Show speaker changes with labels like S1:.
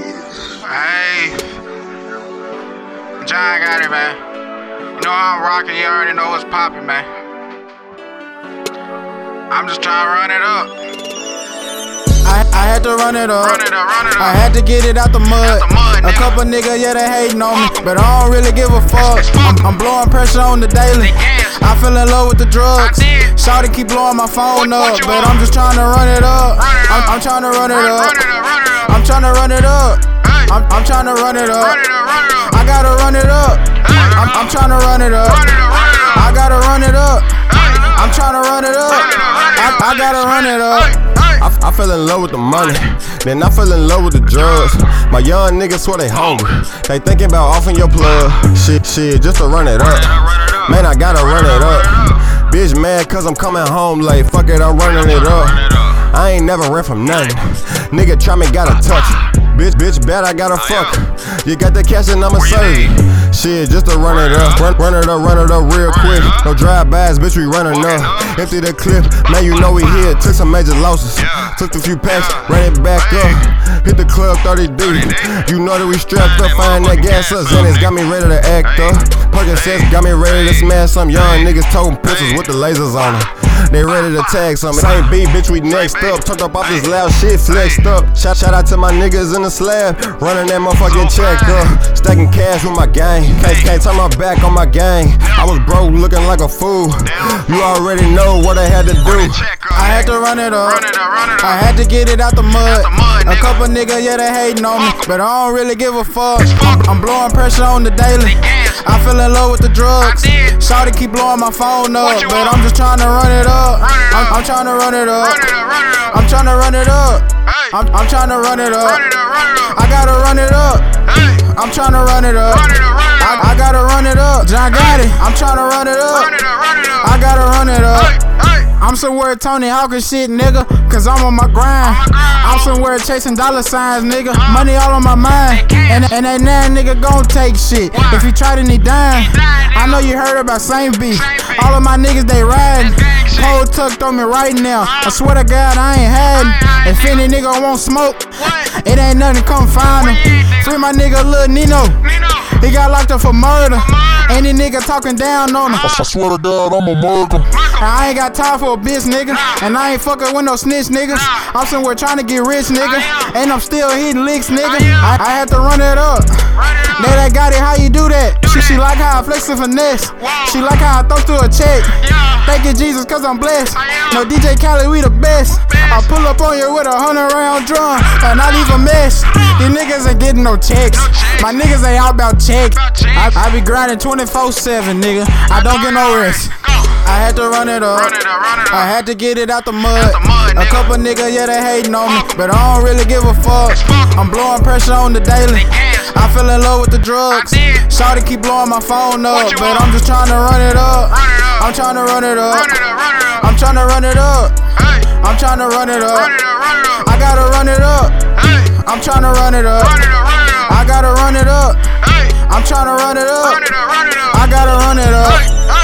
S1: Hey, John got it, man. You know I'm rocking. You already know what's popping, man. I'm just trying to run it up.
S2: I, I had to run it up.
S1: Run it up, run it up.
S2: I had to get it out the mud.
S1: Out the mud,
S2: a
S1: nigga.
S2: couple nigga, yeah, they hating on me,
S1: Fuck 'em.
S2: but I don't really give a fuck.
S1: It's- it's fuck 'em.
S2: I'm, I'm blowing pressure on the
S1: They
S2: daily.
S1: gas.
S2: I fell in love with the drugs.
S1: I did.
S2: Shawty keep blowing my
S1: What-
S2: phone up,
S1: what you
S2: but
S1: want?
S2: I'm just trying to run it up.
S1: Run it
S2: I'm,
S1: up.
S2: I'm trying to run it
S1: Run,
S2: up.
S1: run it up, run it up.
S2: I'm trying to run it up.
S1: Hey,
S2: I'm, I'm trying to run it
S1: run it up,
S2: up.
S1: run it up.
S2: I gotta run it up.
S1: Hey.
S2: I'm, I'm trying to run it up.
S1: Run it up, run it up.
S2: I gotta run it up.
S1: Hey,
S2: I'm trying to run it up.
S1: Run it up, run it
S2: I,
S1: up.
S2: I gotta run it up.
S1: Hey, hey.
S3: I, I fell in love with the money, then I fell in love with the drugs. My young niggas swear they hungry. They thinking about offing your plug. Shit, shit, just to run it up.
S1: Run it up.
S3: Man, I gotta run it up. Bitch mad cause I'm coming home late. Fuck it, I'm running it up. I ain't never ran from nothing. Nigga try me, gotta touch it. Bitch, bitch, bad, I gotta fuck. her. You got the cash and I'ma
S1: you
S3: save it. Shit, just to run it up. Run, run it up, run it up real quick.
S1: up.
S3: No drive-bys, bitch, we running
S1: Walking
S3: up.
S1: up.
S3: Empty the clip, man, you know we here. Took some major losses.
S1: Yeah.
S3: Took a few packs,
S1: Yeah.
S3: ran it back
S1: Hey.
S3: up. Hit the club 30 deep.
S1: 30 deep.
S3: You know that we strapped up,
S1: Find
S3: find that
S1: that
S3: gas
S1: motherfucking
S3: up.
S1: gas up,
S3: Zenith got me ready to act
S1: Hey.
S3: up. Perkins says got me ready to
S1: Hey.
S3: smash some young
S1: Hey.
S3: niggas toting pistols
S1: Hey.
S3: with the lasers on them. They ready to tag some. Same B, bitch, we next
S1: Hey.
S3: up. Turned up off this
S1: Hey.
S3: loud shit, flexed
S1: Hey.
S3: up. Shout, shout out to my niggas in the slab. Running that motherfucking
S1: So
S3: check
S1: fine.
S3: up. Stacking cash with my gang. Can't,
S1: Hey.
S3: can't turn my back on my gang. I was broke looking like a fool.
S1: Damn.
S3: You already know what I had to do.
S1: Check up,
S2: I had to
S1: nigga.
S2: run it up.
S1: Run it up, run it up.
S2: I had to get it out the mud.
S1: the mud,
S2: a
S1: nigga.
S2: couple nigga, yeah, they hating on me,
S1: Fuck 'em.
S2: but I don't really give a fuck.
S1: fuck 'em.
S2: I'm blowing pressure on the
S1: They
S2: daily.
S1: gas.
S2: I fell in love with the drugs.
S1: I did.
S2: Shawty keep blowing my phone up,
S1: you
S2: but
S1: want?
S2: I'm just trying to run it up.
S1: Run it
S2: I'm,
S1: up.
S2: I'm trying to run it up.
S1: Run it up, run it up.
S2: I'm trying to run it up.
S1: Hey.
S2: I'm, I'm trying to run it up.
S1: Run it up, run it up.
S2: I gotta run it up.
S1: Hey,
S2: I'm trying to run it up.
S1: run it up, run it up.
S2: I, I gotta run it up. John got it. I'm trying to run it up.
S1: Run it up, run it up.
S2: I gotta run it up.
S1: Hey, hey.
S2: I'm somewhere Tony Hawkins shit, nigga, cause I'm on my grind.
S1: On my grind,
S2: I'm
S1: ho.
S2: somewhere chasing dollar signs, nigga. Money all on my mind.
S1: They cash.
S2: And, and that nine nigga gon' take shit.
S1: Why?
S2: If you try to need dime.
S1: He dying,
S2: I
S1: nigga.
S2: know you heard about same beef.
S1: Same beef.
S2: All of my niggas, they riding.
S1: That's gang shit.
S2: Pole tucked on me right now.
S1: Uh.
S2: I swear to God, I ain't
S1: I
S2: hiding.
S1: ain't
S2: If
S1: hiding,
S2: any nigga won't smoke,
S1: What?
S2: it ain't nothing, come find
S1: Where you
S2: him.
S1: at, nigga?
S2: Free my nigga, Lil Nino.
S1: Nino.
S2: He got locked up for murder.
S1: murder.
S2: Any nigga talking down on him.
S4: I swear to God, I'm a murderer.
S2: And I ain't got time for a bitch, nigga.
S1: Nah.
S2: And I ain't fucking with no snitch, nigga.
S1: Nah.
S2: I'm somewhere trying to get rich, nigga.
S1: I am.
S2: And I'm still hitting licks, nigga.
S1: I am.
S2: I, I had to run it
S1: Run
S2: up.
S1: it up.
S2: They that got it, how you do that? she, she
S1: that.
S2: like how I flex and finesse.
S1: Wow.
S2: She like how I throw through a check.
S1: Yeah.
S2: Thank you, Jesus, cause I'm blessed.
S1: I am.
S2: No, DJ Khaled, we the best.
S1: Oh, Best.
S2: I pull up on you with a hundred round drum, and not even mess. These niggas ain't getting no checks.
S1: No checks.
S2: My niggas ain't out about checks.
S1: About checks.
S2: I, I be grinding 24 7, nigga. I don't get no rest.
S1: Go.
S2: I had to run it up.
S1: Run it up, run it up.
S2: I had to get it out the mud.
S1: the mud,
S2: a
S1: nigga.
S2: couple nigga, yeah, they hating on me,
S1: Fuck 'em.
S2: but I don't really give a fuck.
S1: It's fuck 'em.
S2: I'm blowing pressure on the daily.
S1: They gas.
S2: I fell in love with the drugs.
S1: I did.
S2: Shawty keep blowing my phone up,
S1: What you
S2: but
S1: want?
S2: I'm just trying to run it up.
S1: Run it up.
S2: I'm trying to run it up.
S1: Run it up, run it up.
S2: I'm trying to run it up.
S1: Hey,
S2: I'm trying to run it up.
S1: run it up, run it up.
S2: I gotta run it up.
S1: Hey,
S2: I'm trying to run it up.
S1: run it up, run it up.
S2: I gotta run it up.
S1: Hey,
S2: I'm trying to run it up.
S1: run it up, run it up.
S2: I gotta run it up.
S1: Hey, hey.